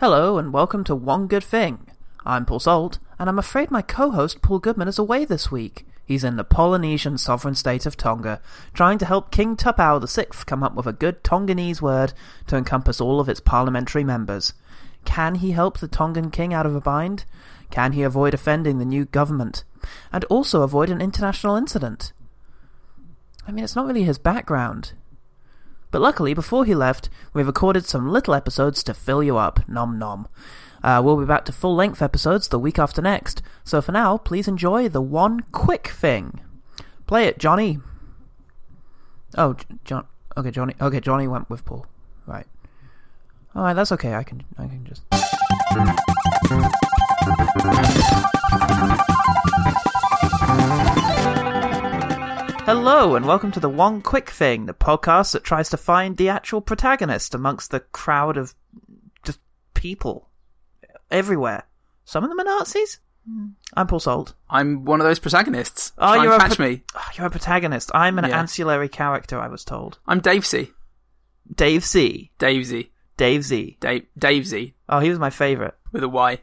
Hello, and welcome to One Good Thing. I'm Paul Solt, and I'm afraid my co host Paul Goodman is away this week. He's in the Polynesian sovereign state of Tonga, trying to help King Tupau VI come up with a good Tonganese word to encompass all of its parliamentary members. Can he help the Tongan king out of a bind? Can he avoid offending the new government? And also avoid an international incident? I mean, it's not really his background. But luckily, before he left, we recorded some little episodes to fill you up, nom nom. Uh, we'll be back to full length episodes the week after next, so for now, please enjoy the one quick thing. Play it, Johnny. Oh, J- John. Okay, Johnny. Okay, Johnny went with Paul. Right. All right, that's okay. I can. I can just. Hello, and welcome to The One Quick Thing, the podcast that tries to find the actual protagonist amongst the crowd of just people everywhere. Some of them are Nazis. Hmm, I'm Paul Sold. I'm one of those protagonists. Oh, Try and you're a catch pro- me. Oh, you're a protagonist. I'm an Yeah. ancillary character, I was told. I'm Davesy. Dave Z. Davesy. Dave Z. Dave Davesy Oh, he was my favourite. with a Y.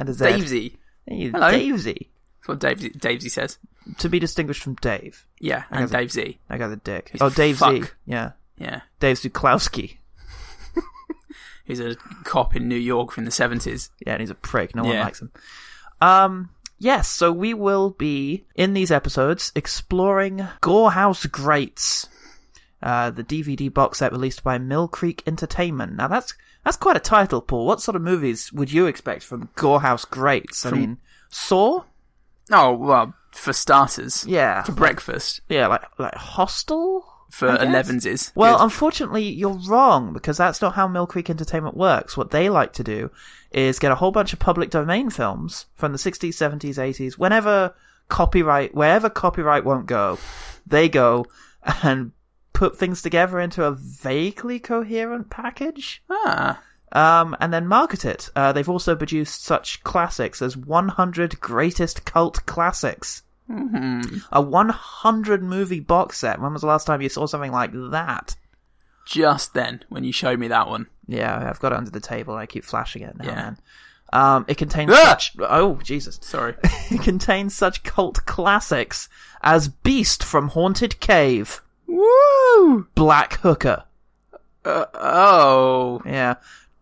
And a Z. Davesy. Hey, Hello. Dave Z. That's what Davesy, Davesy says. To be distinguished from Dave. Yeah, and Davesy. I got the dick. He's oh, Dave Z. fuck. Yeah. Yeah, Dave Zuklowski. he's a cop in New York from the seventies. Yeah, and he's a prick. No one Yeah. likes him. Um, yes, so we will be in these episodes exploring Gorehouse Greats, uh, the DVD box set released by Mill Creek Entertainment. Now that's that's quite a title, Paul. What sort of movies would you expect from Gorehouse Greats? I From- mean, Saw. Oh well, for starters. Yeah. For breakfast. Yeah, like like Hostel. For I guess? elevenses. Well, unfortunately, you're wrong because that's not how Mill Creek Entertainment works. What they like to do is get a whole bunch of public domain films from the 60s, 70s, 80s, whenever copyright, wherever copyright won't go, they go and put things together into a vaguely coherent package ah, um, and then market it. Uh, they've also produced such classics as 100 Greatest Cult Classics. A 100 movie box set. When was the last time you saw something like that? just then when you showed me that one. Yeah, I've got it under the table. I keep flashing it now. Yeah. Man. Um, it contains Ah! such oh Jesus! Sorry. It contains such cult classics as Beast from Haunted Cave, Woo! Black Hooker. Uh, oh, Yeah,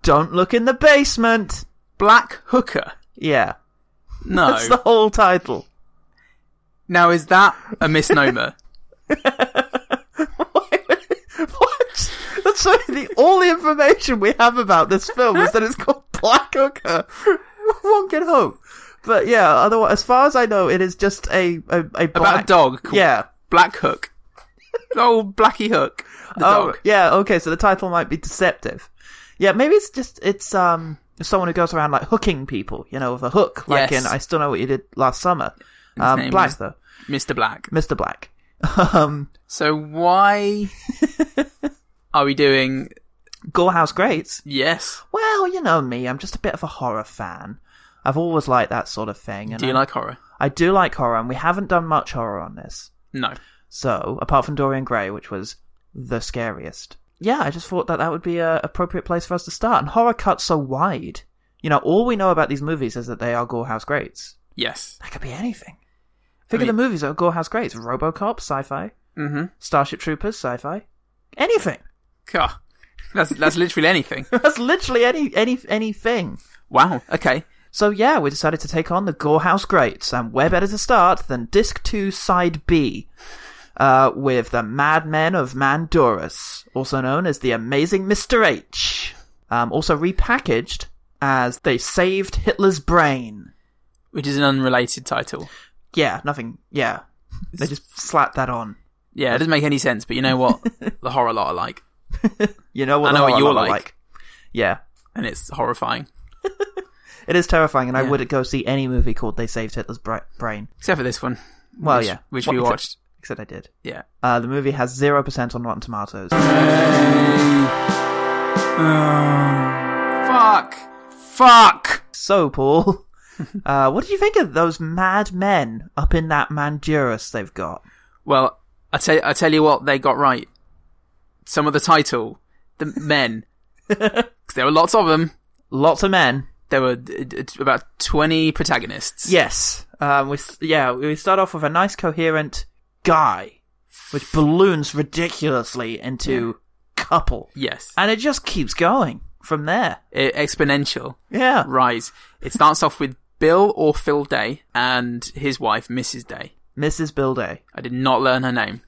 Don't Look in the Basement. Black Hooker. Yeah, No. that's the whole title. Now is that a misnomer? what? That's so the all the information we have about this film is that it's called Black Hooker. One can hope, but yeah. Otherwise, as far as I know, it is just a a, a black, About a dog called Yeah. Black Hook. Oh, Blackie Hook. The Oh, dog. yeah. Okay, so the title might be deceptive. Yeah, maybe it's just it's um someone who goes around like hooking people, you know, with a hook, like Yes. in I still know what you did last summer. Um, name Black was- though, Mr. Black. Mr. Black. um, So why are we doing Gorehouse Greats. yes? Well, you know me, I'm just a bit of a horror fan. I've always liked that sort of thing. And Do you I, like horror? I do like horror, and we haven't done much horror on this. No. So, apart from Dorian Gray, which was the scariest. Yeah, I just thought that that would be a appropriate place for us to start. And horror cuts so wide. You know, all we know about these movies is that they are Gorehouse greats. Yes. That could be anything. Think I of the movies that are Gorehouse greats. Robocop, sci-fi. Mm-hmm. Starship Troopers, sci-fi. Anything. That's that's literally anything. That's literally any any anything. Wow. Okay. So yeah, we decided to take on the Gorehouse Greats, and where better to start than Disc 2 Side B, uh, with the Madmen of Mandorus, also known as the Amazing Mr. H, um, also repackaged as They Saved Hitler's Brain. Which is an unrelated title. Yeah, nothing, yeah. They just slapped that on. Yeah, it doesn't make any sense, but you know what? the horror lot are like, You know what, I know the what horror you're lot are like. Yeah, and it's horrifying. it is terrifying, and I Yeah. would go see any movie called They Saved Hitler's Bra- Brain. Except for this one. Well, which- yeah. which Well, we except- watched. Except I did. Yeah. Uh, the movie has 0% on Rotten Tomatoes. Fuck. Fuck. So, Paul, uh, what did you think of those mad men up in that Mandurus they've got? Well, I tell I tell you what they got right. Some of the title, the men, 'Cause there were lots of them, lots of men. There were d- d- about 20 protagonists. Yes. Um, we s- yeah we start off with a nice coherent guy, which balloons ridiculously into couple, Yes. and it just keeps going from there. E- exponential Yeah. rise. It starts off with Bill or Phil Day and his wife, Mrs. Day. Mrs. Bilday. I did not learn her name.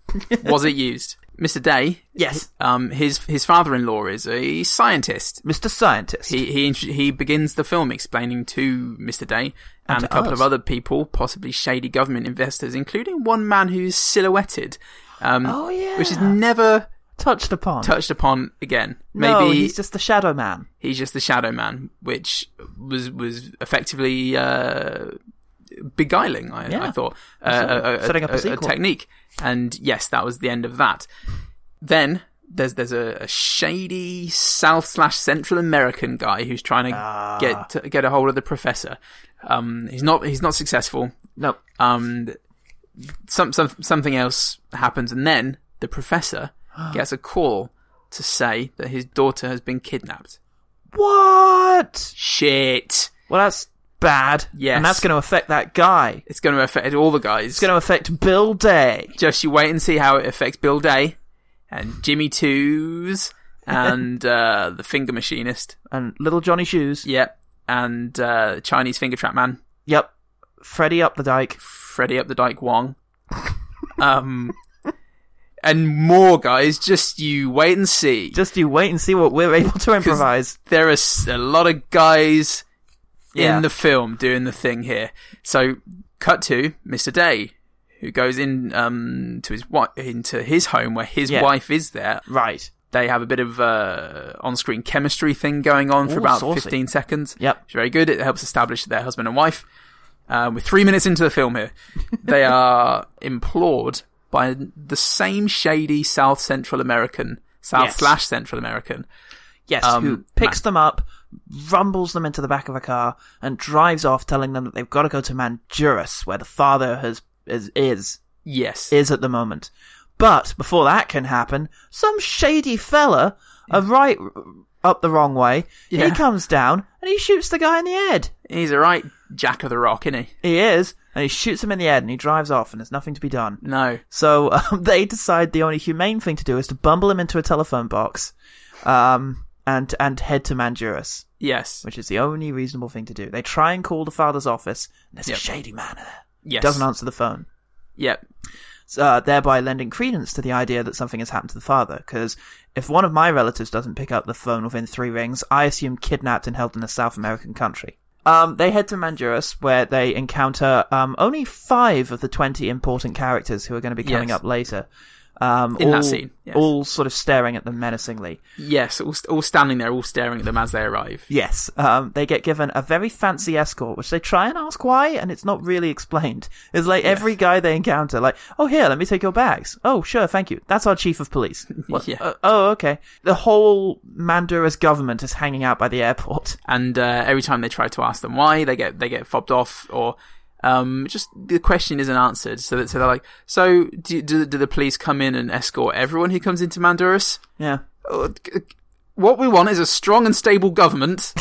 Was it used? Mr. Day, Yes. um, his his father-in-law is a scientist. Mr. Scientist. He he intro- he begins the film explaining to Mr. Day and, to a couple us. of other people, possibly shady government investors, including one man who's silhouetted. Um, Oh, yeah. which is never touched upon. touched upon again. Maybe no, he's just the shadow man. he's just the Shadow Man, which was was effectively uh, beguiling. I, Yeah, I thought uh, a, a, Setting up a a- a sequel. technique, and yes, that was the end of that. Then there's there's a, a shady South slash Central American guy who's trying to Ah. get to get a hold of the professor. Um, he's not he's not successful. No. Um, some some something else happens, and then the professor gets a call to say that his daughter has been kidnapped. What? Shit. Well, that's bad. Yes. And that's going to affect that guy. It's going to affect all the guys. It's going to affect Bill Day. Just you wait and see how it affects Bill Day and Jimmy Twos and uh, the Finger Machinist. And little Johnny Shoes. Yep. And uh, Chinese Finger Trap Man, Yep. Freddy up the dike. Freddy Up the Dyke Wong. Um, and more guys. Just you wait and see. Just you wait and see what we're able to improvise. There are s- a lot of guys Yeah. in the film doing the thing here. So cut to Mr. Day, who goes in um, to his wife into his home where his Yeah. wife is there. Right. They have a bit of uh, on-screen chemistry thing going on for Ooh, about saucy. 15 seconds. Yep. it's very good. It helps establish their husband and wife. Um, we're three minutes into the film here. They are implored by the same shady South Central American, South Yes. slash Central American, Yes. Um, who picks them up, rumbles them into the back of a car, and drives off, telling them that they've got to go to Manduras, where the father has is is Yes. is at the moment. But before that can happen, some shady fella, a right up the wrong way, he Yeah. comes down and he shoots the guy in the head. He's a right Jack of the Rock, isn't he? He is, and he shoots him in the head, and he drives off, and there's nothing to be done. No. So um, they decide the only humane thing to do is to bumble him into a telephone box, um, and and head to Manduras, Yes. which is the only reasonable thing to do. They try and call the father's office. And there's Yep. a shady man there. Yes. Doesn't answer the phone. Yep. uh, thereby lending credence to the idea that something has happened to the father. Because if one of my relatives doesn't pick up the phone within three rings, I assume kidnapped and held in a South American country. Um, they head to Manduras, where they encounter um, only five of the 20 important characters who are going to be coming Yes. up later. Um, In all, that scene, yes. All sort of staring at them menacingly. Yes. All, all standing there, all staring at them as they arrive. Yes, um, they get given a very fancy escort, which they try and ask why, and it's not really explained. It's like every guy they encounter, like, oh, here, let me take your bags. Oh, sure, thank you. That's our chief of police. What? Yeah. Uh, oh, okay. The whole Manduras government is hanging out by the airport. And uh, every time they try to ask them why, they get they get fobbed off or um, just the question isn't answered. So that so they're like, so do, do, do the police come in and escort everyone who comes into Manduras? Yeah. Uh, g- g- What we want is a strong and stable government.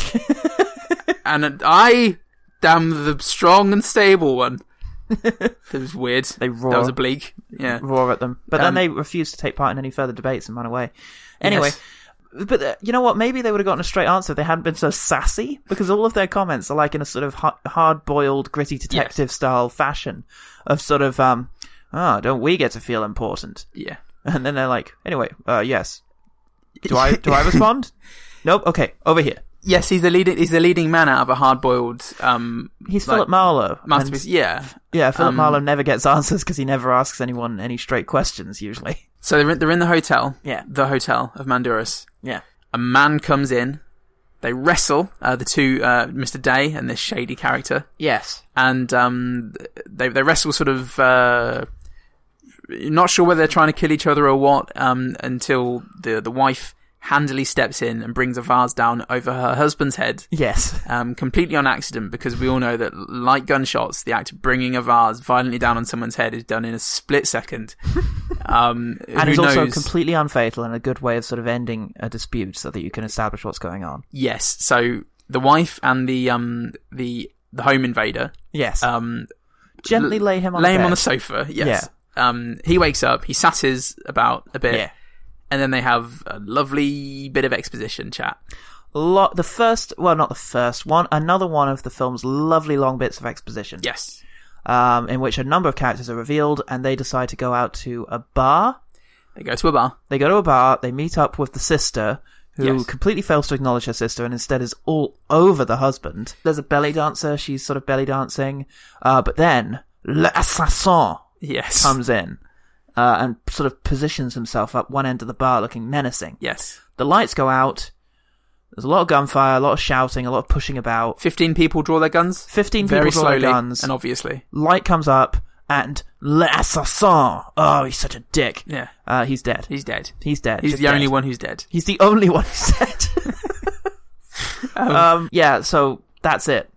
and I damn the strong and stable one. That was weird. They roar. That was oblique. Yeah. Roar at them. But Um, then they refuse to take part in any further debates and run away. Anyway. Yes. But uh, you know what? Maybe they would have gotten a straight answer if they hadn't been so sassy, because all of their comments are like in a sort of ha- hard-boiled, gritty detective-style fashion of sort of, um, oh, don't we get to feel important? Yeah. And then they're like, anyway, uh, yes. Do I do I respond? nope. Okay, over here. Yes, he's the leading. He's the leading man out of a hard-boiled um, He's Like, Philip Marlowe. and- masterpiece. yeah. yeah, Philip um, Marlowe never gets answers because he never asks anyone any straight questions usually. So they're in, they're in the hotel. Yeah. The hotel of Manduras. Yeah. A man comes in. They wrestle uh, the two, uh, Mr. Day and this shady character, Yes. and um, they they wrestle sort of. Uh, not sure whether they're trying to kill each other or what. Um, until the the wife handily steps in and brings a vase down over her husband's head. Yes. um, completely on accident because we all know that, like gunshots, the act of bringing a vase violently down on someone's head is done in a split second. Um, And who it's also knows? completely unfatal and a good way of sort of ending a dispute so that you can establish what's going on. yes. So the wife and the um the the home invader Yes. um Gently l- lay him on lay the him bed. on the sofa. Yes. Um, he wakes up. He sasses about a bit, Yeah. and then they have a lovely bit of exposition chat. Lo- the first, well, not the first one, another one of the film's lovely long bits of exposition. Yes. Um, in which a number of characters are revealed and they decide to go out to a bar. They go to a bar. They go to a bar, they meet up with the sister, who Yes. completely fails to acknowledge her sister and instead is all over the husband. There's a belly dancer, she's sort of belly dancing. Uh, but then, l'assassin Yes. comes in. Uh, and sort of positions himself up one end of the bar looking menacing. yes. The lights go out. There's a lot of gunfire, a lot of shouting, a lot of pushing about. Fifteen people draw their guns. 15 people Very draw slowly their guns. and obviously. Light comes up, and l'assassin. Oh, he's such a dick. Yeah. Uh, he's dead. He's dead. He's dead. He's Just the only dead. one who's dead. He's the only one who's dead. um, yeah. So that's it.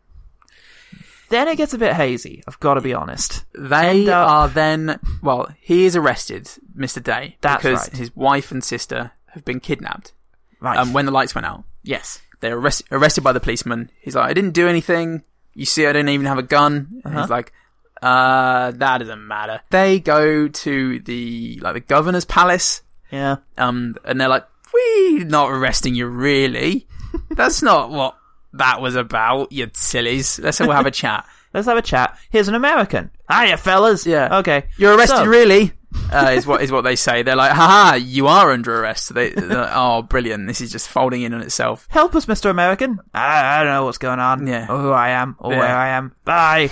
Then it gets a bit hazy. I've got to be honest. They End up- are then well, he is arrested, Mr. Day, That's because right. his wife and sister have been kidnapped. Right. Um, when the lights went out, yes. they're arrest- arrested by the policeman. He's like, "I didn't do anything. You see, I didn't even have a gun." Uh-huh. And he's like, "Uh, that doesn't matter." They go to the like the governor's palace, Yeah. um, and they're like, "We not arresting you, really? That's not what that was about, you sillies. Let's we'll have a chat." Let's have a chat. Here's an American. Hiya, fellas. Yeah. Okay. You're arrested, So- really? Uh, is what is what they say. They're like, haha, you are under arrest. So They, they're like, oh, brilliant! This is just folding in on itself. Help us, Mr. American. I, I don't know what's going on. Yeah. Or who I am. Or Yeah. where I am. Bye.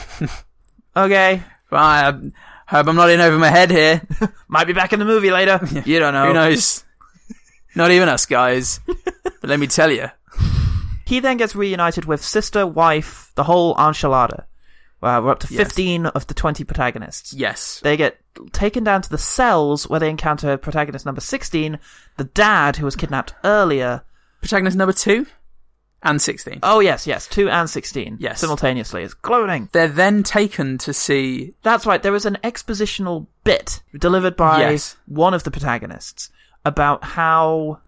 okay. I hope I'm not in over my head here. Might be back in the movie later. You don't know. Who knows? Not even us guys. But let me tell you, He then gets reunited with sister, wife, the whole enchilada. Wow, we're up to Yes. 15 of the 20 protagonists. yes, They get taken down to the cells where they encounter protagonist number 16, the dad who was kidnapped earlier. protagonist number two and sixteen. Oh, yes, yes, 2 and 16. Yes. Simultaneously. It's cloning. They're then taken to see That's right. There is an expositional bit delivered by Yes. one of the protagonists about how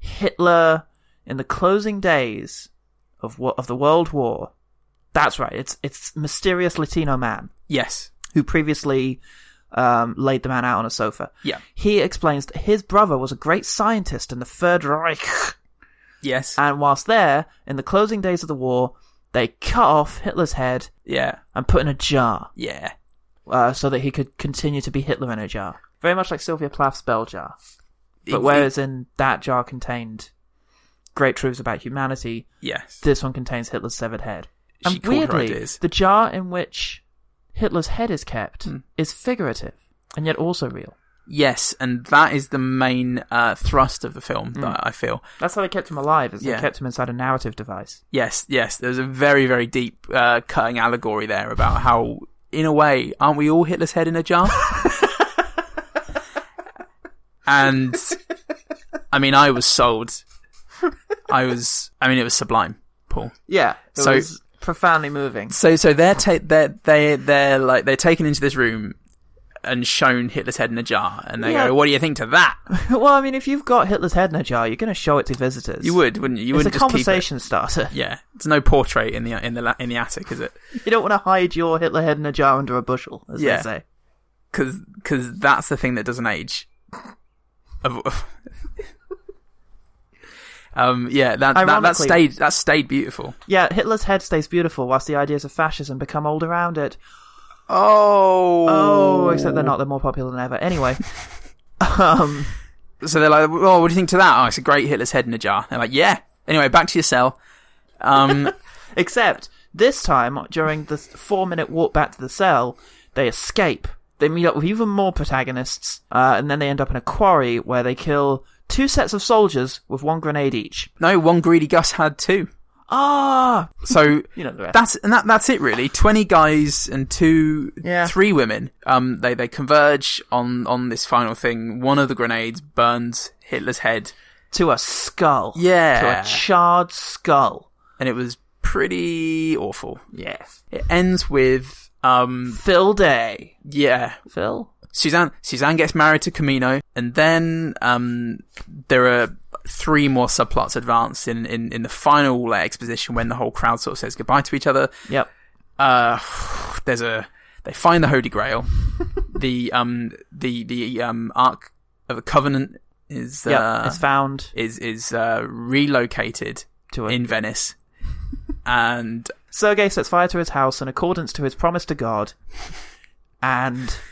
Hitler, in the closing days of wo- of the World War, that's right. It's it's mysterious Latino man yes, who previously um, laid the man out on a sofa. Yeah. he explains that his brother was a great scientist in the Third Reich. yes, And whilst there, in the closing days of the war, they cut off Hitler's head yeah, and put in a jar yeah. uh, so that he could continue to be Hitler in a jar. Very much like Sylvia Plath's bell jar. But It- whereas in that jar contained great truths about humanity, yes, this one contains Hitler's severed head. She And called her weirdly, ideas. Hmm. the jar in which Hitler's head is kept is figurative and yet also real. yes, and that is the main uh, thrust of the film that I feel. That's how they kept him alive, is Yeah. they kept him inside a narrative device. Yes, yes. There's a very, very deep uh, cutting allegory there about how, in a way, aren't we all Hitler's head in a jar? and I mean, I was sold. I was. I mean, it was sublime, Paul. Yeah. It So- was profoundly moving. So, so they're ta- they're they they're like they're taken into this room and shown Hitler's head in a jar, and they Yeah. go, "What do you think to that?" well, I mean, if you've got Hitler's head in a jar, you're going to show it to visitors. You would, wouldn't you? You It's a wouldn't just conversation starter. keep it. Yeah, there's no portrait in the in the la- in the attic, is it? You don't want to hide your Hitler head in a jar under a bushel, as Yeah. they say. because cause that's the thing that doesn't age. Of- of- um, yeah, that, that that Ironically- stayed that stayed beautiful. Yeah, Hitler's head stays beautiful whilst the ideas of fascism become old around it. Oh, Oh, except they're not. They're more popular than ever. Anyway. um, So they're like, "Oh, what do you think to that?" Oh, it's a great Hitler's head in a jar. They're like, "Yeah." Anyway, back to your cell. Um, except this time, during the four minute walk back to the cell, they escape. They meet up with even more protagonists, uh, and then they end up in a quarry where they kill two sets of soldiers with one grenade each. no, one greedy Gus had two. Ah! So You know the rest. that's and that that's it really. Twenty guys and two, Yeah. three women. Um, they they converge on on this final thing. One of the grenades burns Hitler's head. to a skull. To Yeah. a charred skull. and it was pretty awful. Yes. It ends with um Phil Day. yeah, Phil? Suzanne Suzanne gets married to Camino and then um there are three more subplots advance in, in, in the final uh, exposition when the whole crowd sort of says goodbye to each other. Yep. Uh, there's a they find the Holy Grail. the um the the um Ark of the Covenant is Yep. uh, it's found is is uh, relocated to a in Venice, and Sergei sets fire to his house in accordance to his promise to God, and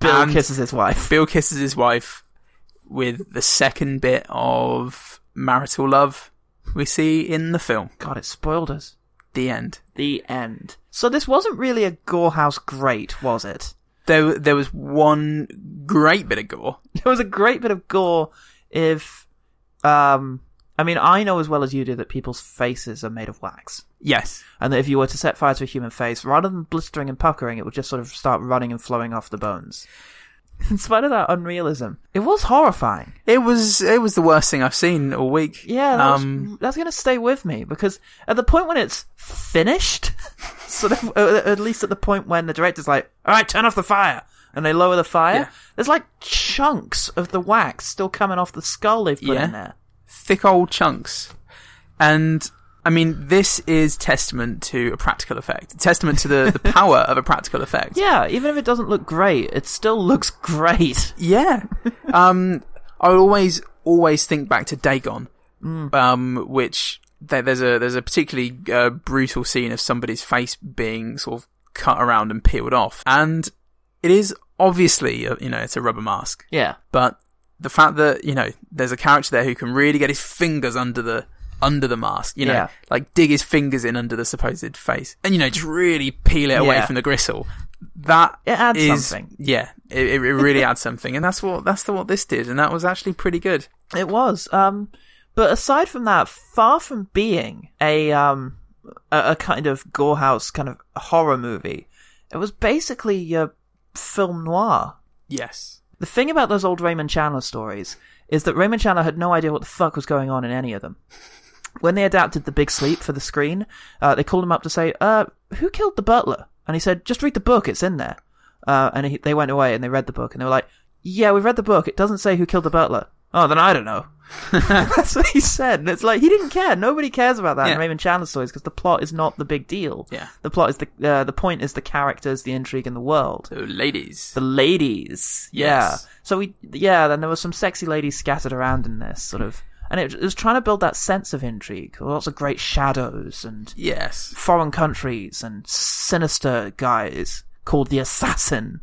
Bill And- kisses his wife. Bill kisses his wife with the second bit of marital love we see in the film. God, it spoiled us. The end. The end. So this wasn't really a Gore House great, was it? There there was one great bit of gore. It was a great bit of gore. If, um, I mean, I know as well as you do that people's faces are made of wax, Yes. and that if you were to set fire to a human face, rather than blistering and puckering, it would just sort of start running and flowing off the bones. In spite of that unrealism, it was horrifying. It was it was the worst thing I've seen all week. Yeah, that was- um, that's going to stay with me because at the point when it's finished, so that, uh, at least at the point when the director's like, "All right, turn off the fire," and they lower the fire, Yeah. there's like chunks of the wax still coming off the skull they've put Yeah. in there. thick old chunks. And I mean, this is testament to a practical effect. Testament to the, the power of a practical effect. Yeah, even if it doesn't look great, it still looks great. Yeah. Um, I always always think back to Dagon, um, which there, there's a there's a particularly uh, brutal scene of somebody's face being sort of cut around and peeled off, and it is obviously uh, you know it's a rubber mask, Yeah, but the fact that you know there's a character there who can really get his fingers under the under the mask, you know, Yeah. like dig his fingers in under the supposed face, and you know just really peel it away Yeah. from the gristle. That It adds is- something. Yeah, it, it it really adds something, and that's what that's the, what this did, and that was actually pretty good. it was. Um, but aside from that, far from being a um a, a kind of gore house kind of horror movie, it was basically your film noir. Yes, The thing about those old Raymond Chandler stories is that Raymond Chandler had no idea what the fuck was going on in any of them. When they adapted The Big Sleep for the screen, uh, they called him up to say, uh, who killed the butler? And he said, just read the book, it's in there. Uh, and he, they went away and they read the book and they were like, yeah, we've read the book, it doesn't say who killed the butler. Oh, then I don't know. That's what he said. And it's like, he didn't care. Nobody cares about that Yeah. in Raymond Chandler stories because the plot is not the big deal. Yeah. The plot is the, uh, the point is the characters, the intrigue, and the world so ladies, the ladies. Yes. Yeah. So we, yeah, then there were some sexy ladies scattered around in this sort of, and it, it was trying to build that sense of intrigue. Lots of great shadows and yes, foreign countries and sinister guys called the assassin,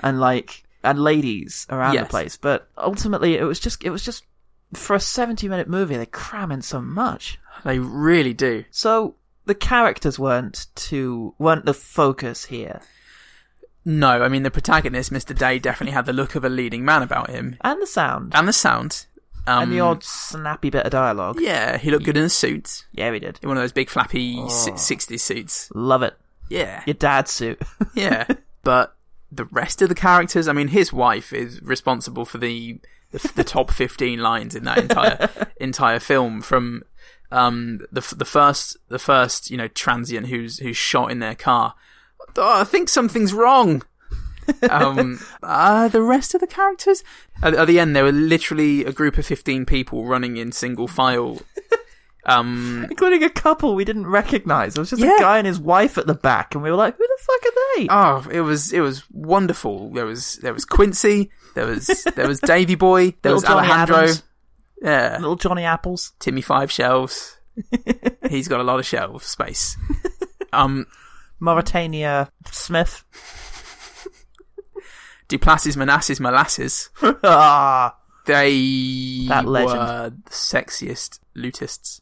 and like and ladies around Yes. the place. But ultimately, it was just it was just for a seventy-minute movie, they cram in so much. they really do. So the characters weren't too weren't the focus here. No, I mean the protagonist, Mister Day, definitely had the look of a leading man about him, And the sound. and the sound, um, and the odd snappy bit of dialogue. Yeah, he looked good in a suit. Yeah, we did. in one of those big flappy si- 60s suits. Love it. Yeah. Your dad's suit. Yeah. but the rest of the characters, I mean, his wife is responsible for the the, the top 15 lines in that entire entire film from um the f- the first the first, you know, transient who's who's shot in their car. Oh, I think something's wrong. um, uh, the rest of the characters at, at the end, there were literally a group of fifteen people running in single file. Um, Including a couple we didn't recognize. It was just Yeah. a guy and his wife at the back, and we were like, who the fuck are they? Oh, it was it was wonderful. There was there was Quincy, there was there was Davy Boy, there was Little Johnny Alejandro, Adams. yeah, Little Johnny Apples. Timmy Five Shelves. He's got a lot of shelf space. Um, Mauritania Smith. Duplasses, Manasses, Molasses. ah. They That legend. were the sexiest lutists.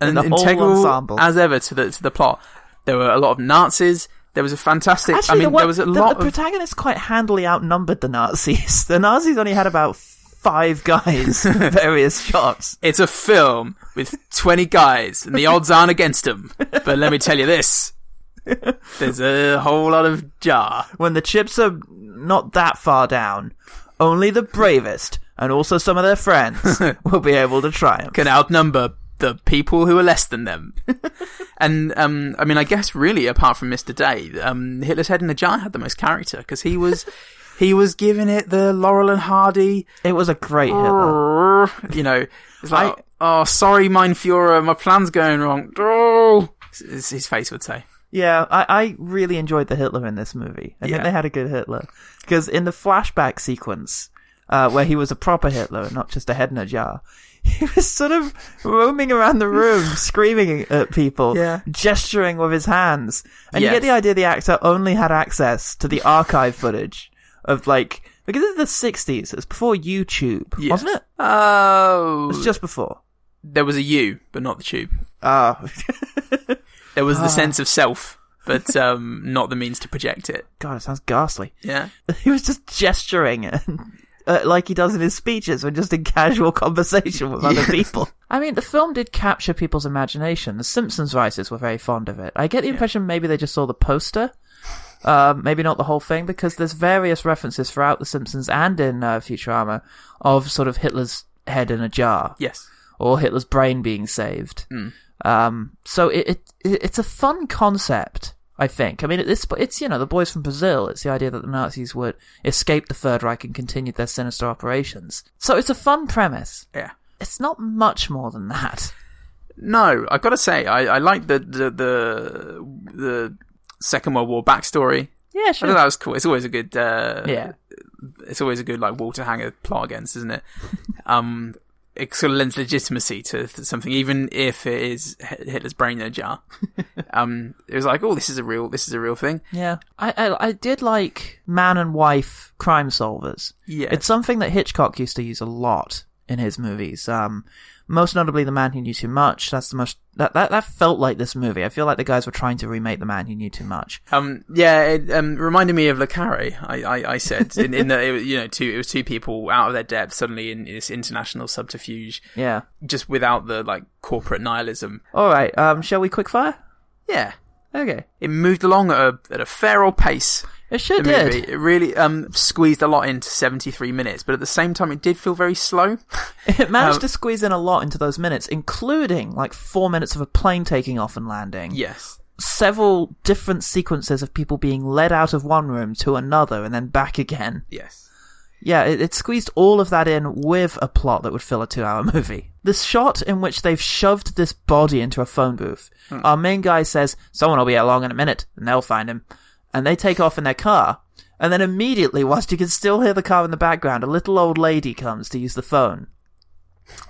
And And the whole integral ensemble. as ever to the to the plot. There were a lot of Nazis. There was a fantastic. Actually, I mean, the one- there was a the, lot the of protagonist quite handily outnumbered the Nazis. The Nazis only had about five guys in various shots. It's a film with 20 guys, and the odds aren't against them. But let me tell you this there's a whole lot of jar. When the chips are not that far down, only the bravest and also some of their friends will be able to triumph. Can outnumber the people who are less than them. And, um, I mean, I guess really, apart from Mr. Day, um, Hitler's Head in a Jar had the most character because he was. He was giving it the Laurel and Hardy. It was a great hit. though. you know, it's like, oh, sorry, Mein Fuhrer, my plan's going wrong. Oh, his his face would say. Yeah, I, I really enjoyed the Hitler in this movie. I think Yeah. they had a good Hitler. Because in the flashback sequence, uh, where he was a proper Hitler, not just a head in a jar, he was sort of roaming around the room, screaming at people, Yeah. gesturing with his hands. And you Yes. get the idea the actor only had access to the archive footage of like, because it's the 60s, it's before YouTube, Yes. wasn't it? Oh, It's just before. there was a U, but not the tube. Oh, There was the sense of self, but um, not the means to project it. God, it sounds ghastly. Yeah. he was just gesturing and, uh, like he does in his speeches when just in casual conversation with other people. I mean, the film did capture people's imagination. The Simpsons writers were very fond of it. I get the impression maybe they just saw the poster. Uh, maybe not the whole thing because there's various references throughout The Simpsons and in uh, Futurama of sort of Hitler's head in a jar Yes. or Hitler's brain being saved. Um, so it, it it's a fun concept, I think. I mean, it's it's you know the boys from Brazil. It's the idea that the Nazis would escape the Third Reich and continue their sinister operations. So it's a fun premise. Yeah. It's not much more than that. No, I gotta say, I, I like the, the the the Second World War backstory. Yeah, I sure. thought that was cool. It's always a good. Uh, Yeah, It's always a good like Walter Hanger plot against, isn't it? um, it sort of lends legitimacy to th- something, even if it is Hi- Hitler's brain in a jar. um, it was like, oh, this is a real, this is a real thing. yeah. I, I I did like man and wife crime solvers. Yeah, It's something that Hitchcock used to use a lot in his movies. Um, most notably, The Man Who Knew Too Much. That's the most that that, that felt like this movie. I feel like the guys were trying to remake The Man Who Knew Too Much. Um, yeah, it um, reminded me of Le Carre. I, I, I said in, in that it was, you know two it was two people out of their depth suddenly in this international subterfuge, Yeah. just without the like corporate nihilism. All right. Um, shall we quickfire? Yeah, Okay. it moved along at a, at a feral pace. It sure The did. movie it really um, squeezed a lot into seventy three minutes, but at the same time, it did feel very slow. It managed Um, to squeeze in a lot into those minutes, including like four minutes of a plane taking off and landing. yes, Several different sequences of people being led out of one room to another and then back again. yes, Yeah, it, it squeezed all of that in with a plot that would fill a two hour movie. The shot in which they've shoved this body into a phone booth. Our main guy says, Someone will be along in a minute, and they'll find him. And they take off in their car. And then immediately, whilst you can still hear the car in the background, a little old lady comes to use the phone.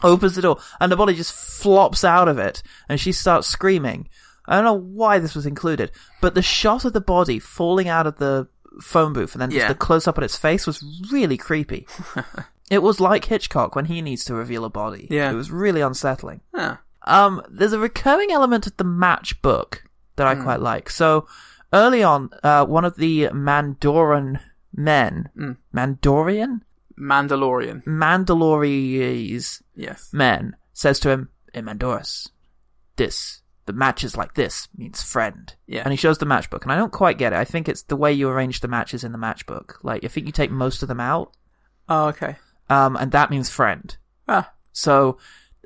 Opens the door, and the body just flops out of it, and she starts screaming. I don't know why this was included, but the shot of the body falling out of the phone booth and then just Yeah. the close up on its face was really creepy. it was like Hitchcock when he needs to reveal a body. Yeah. It was really unsettling. Ah, Um, there's a recurring element of the matchbook that I quite like. So early on, uh, one of the Mandoran men, Mandorian? Mandalorian. Mandaloriese Yes, men says to him, in Mandorus, this, the matches like this means friend. Yeah. And he shows the matchbook. And I don't quite get it. I think it's the way you arrange the matches in the matchbook. Like, I think you take most of them out, oh okay, um, and that means friend. ah, So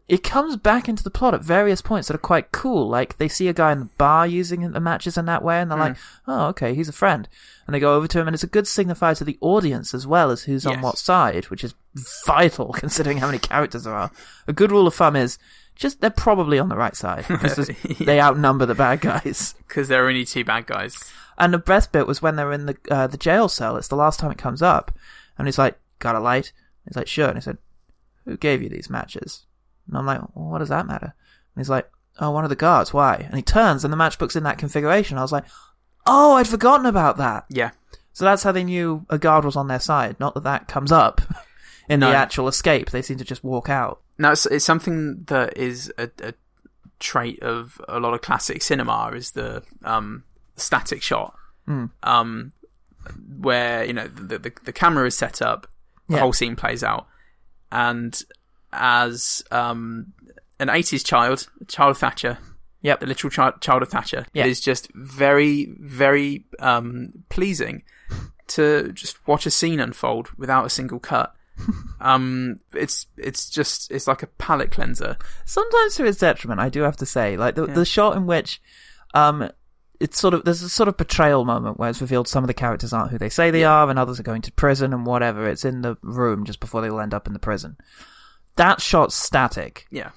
it comes back into the plot at various points that are quite cool. Like they see a guy in the bar using the matches in that way, and they're like, "Oh, okay, he's a friend." And they go over to him, and it's a good signifier to the audience as well as who's on Yes. what side, which is vital considering how many characters there are. A good rule of thumb is just they're probably on the right side because there's- they outnumber the bad guys. because there are only two bad guys. And the best bit was when they're in the uh, the jail cell. It's the last time it comes up, and he's like, "Got a light?" And he's like, "Sure." And he said, "Who gave you these matches?" And I'm like, well, "What does that matter?" And he's like, "Oh, one of the guards. Why?" And he turns, and the matchbook's in that configuration. I was like, "Oh, I'd forgotten about that." Yeah, So that's how they knew a guard was on their side. Not that that comes up in No. the actual escape. They seem to just walk out. Now, it's, it's something that is a, a trait of a lot of classic cinema is the um, static shot, Hmm. um, where you know the, the the camera is set up, the Yeah. whole scene plays out, and as um, an eighties child, child Thatcher, Yep. the literal child, child of Thatcher, Yeah. it is just very, very um, pleasing to just watch a scene unfold without a single cut. um, it's it's just it's like a palate cleanser. sometimes to his detriment, I do have to say. Like the the shot in which um it's sort of there's a sort of betrayal moment where it's revealed some of the characters aren't who they say they are, and others are going to prison and whatever. It's in the room just before they all end up in the prison. That shot's static, Yeah.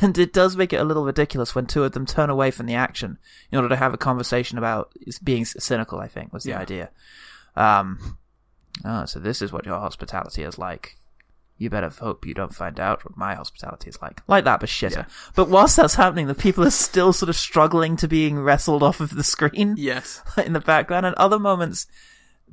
and it does make it a little ridiculous when two of them turn away from the action in order to have a conversation about it's being s- cynical. I think was the Yeah. idea. Um, oh, so this is what your hospitality is like. You better hope you don't find out what my hospitality is like. Like that, but shitter. Yeah. But whilst that's happening, the people are still sort of struggling to being wrestled off of the screen Yes. in the background. And other moments,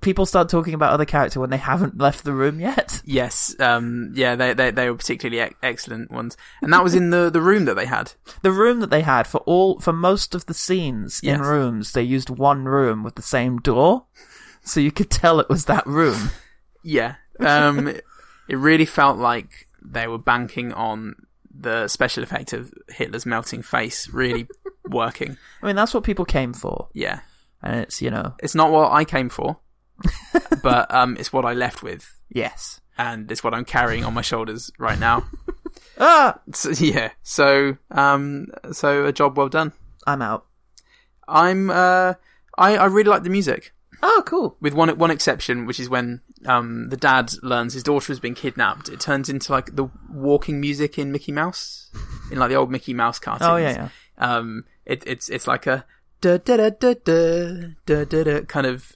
people start talking about other character when they haven't left the room yet. Yes. Um, yeah, they, they, they were particularly ec- excellent ones. And that was in the, the room that they had. The room that they had for all for most of the scenes in Yes. rooms, they used one room with the same door, so you could tell it was that room. Yeah. Um, it really felt like they were banking on the special effect of Hitler's melting face really working. I mean, that's what people came for, Yeah. and it's you know, It's not what I came for, but um, it's what I left with. yes, And it's what I'm carrying on my shoulders right now. ah, So, yeah. So, um, so a job well done. I'm out. I'm, uh, I, I really like the music. Oh, cool. with one one exception, which is when um, the dad learns his daughter has been kidnapped. It turns into like the walking music in Mickey Mouse, in like the old Mickey Mouse cartoons. Oh yeah, yeah. Um, it, it's it's like a da da da da da da da da kind of.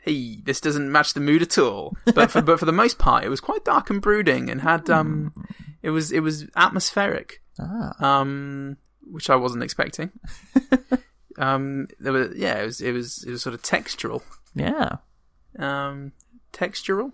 Hey, this doesn't match the mood at all. But for but for the most part, it was quite dark and brooding, and had Hmm. um, it was it was atmospheric Ah, um, which I wasn't expecting. um, there were yeah, it was it was it was sort of textural, yeah, um, textural.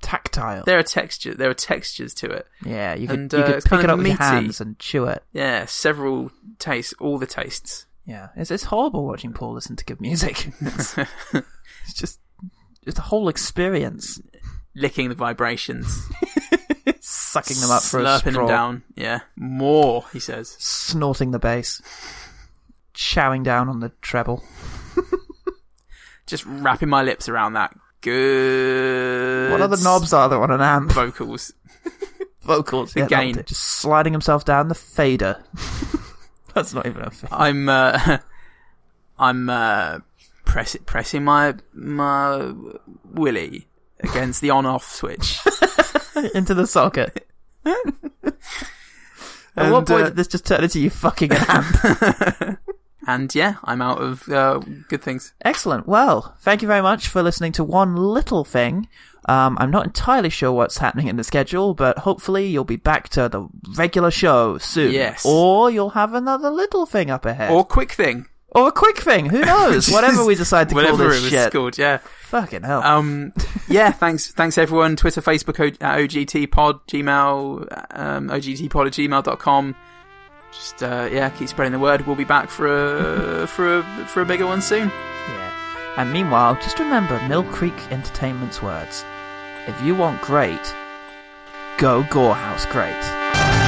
tactile. There are texture, there are textures to it. Yeah, you could And, you uh, could it's pick kind it up of with your meaty. hands and chew it. Yeah, several tastes, all the tastes. Yeah, it's it's horrible watching Paul listen to good music. it's, it's just it's a whole experience Licking the vibrations, sucking them up for a straw, slurping them down. Yeah, more. He says. snorting the bass, chowing down on the treble. just wrapping my lips around that good. What other knobs are there on an amp? Vocals. Vocals, the gain. just sliding himself down the fader. That's not even a fader. I'm uh, I'm uh, press, pressing my my willy against the on-off switch. into the socket. At what And, point uh, did this just turn into you fucking an amp? and yeah, I'm out of uh, good things. Excellent. Well, thank you very much for listening to one little thing. Um, I'm not entirely sure what's happening in the schedule, but hopefully you'll be back to the regular show soon. Yes. Or you'll have another little thing up ahead. Or quick thing, Or a quick thing. Who knows? whatever we decide to call whatever this it was shit. Oh. called. Yeah. Fucking hell. Um. Yeah. Thanks. Thanks everyone. Twitter, Facebook, o- at OGT Pod, Gmail, um, OGT Pod at gmail.com. Just uh, yeah, keep spreading the word. We'll be back for a for a for a bigger one soon. yeah. And meanwhile, just remember Mill Creek Entertainment's words. If you want great, go Gorehouse great.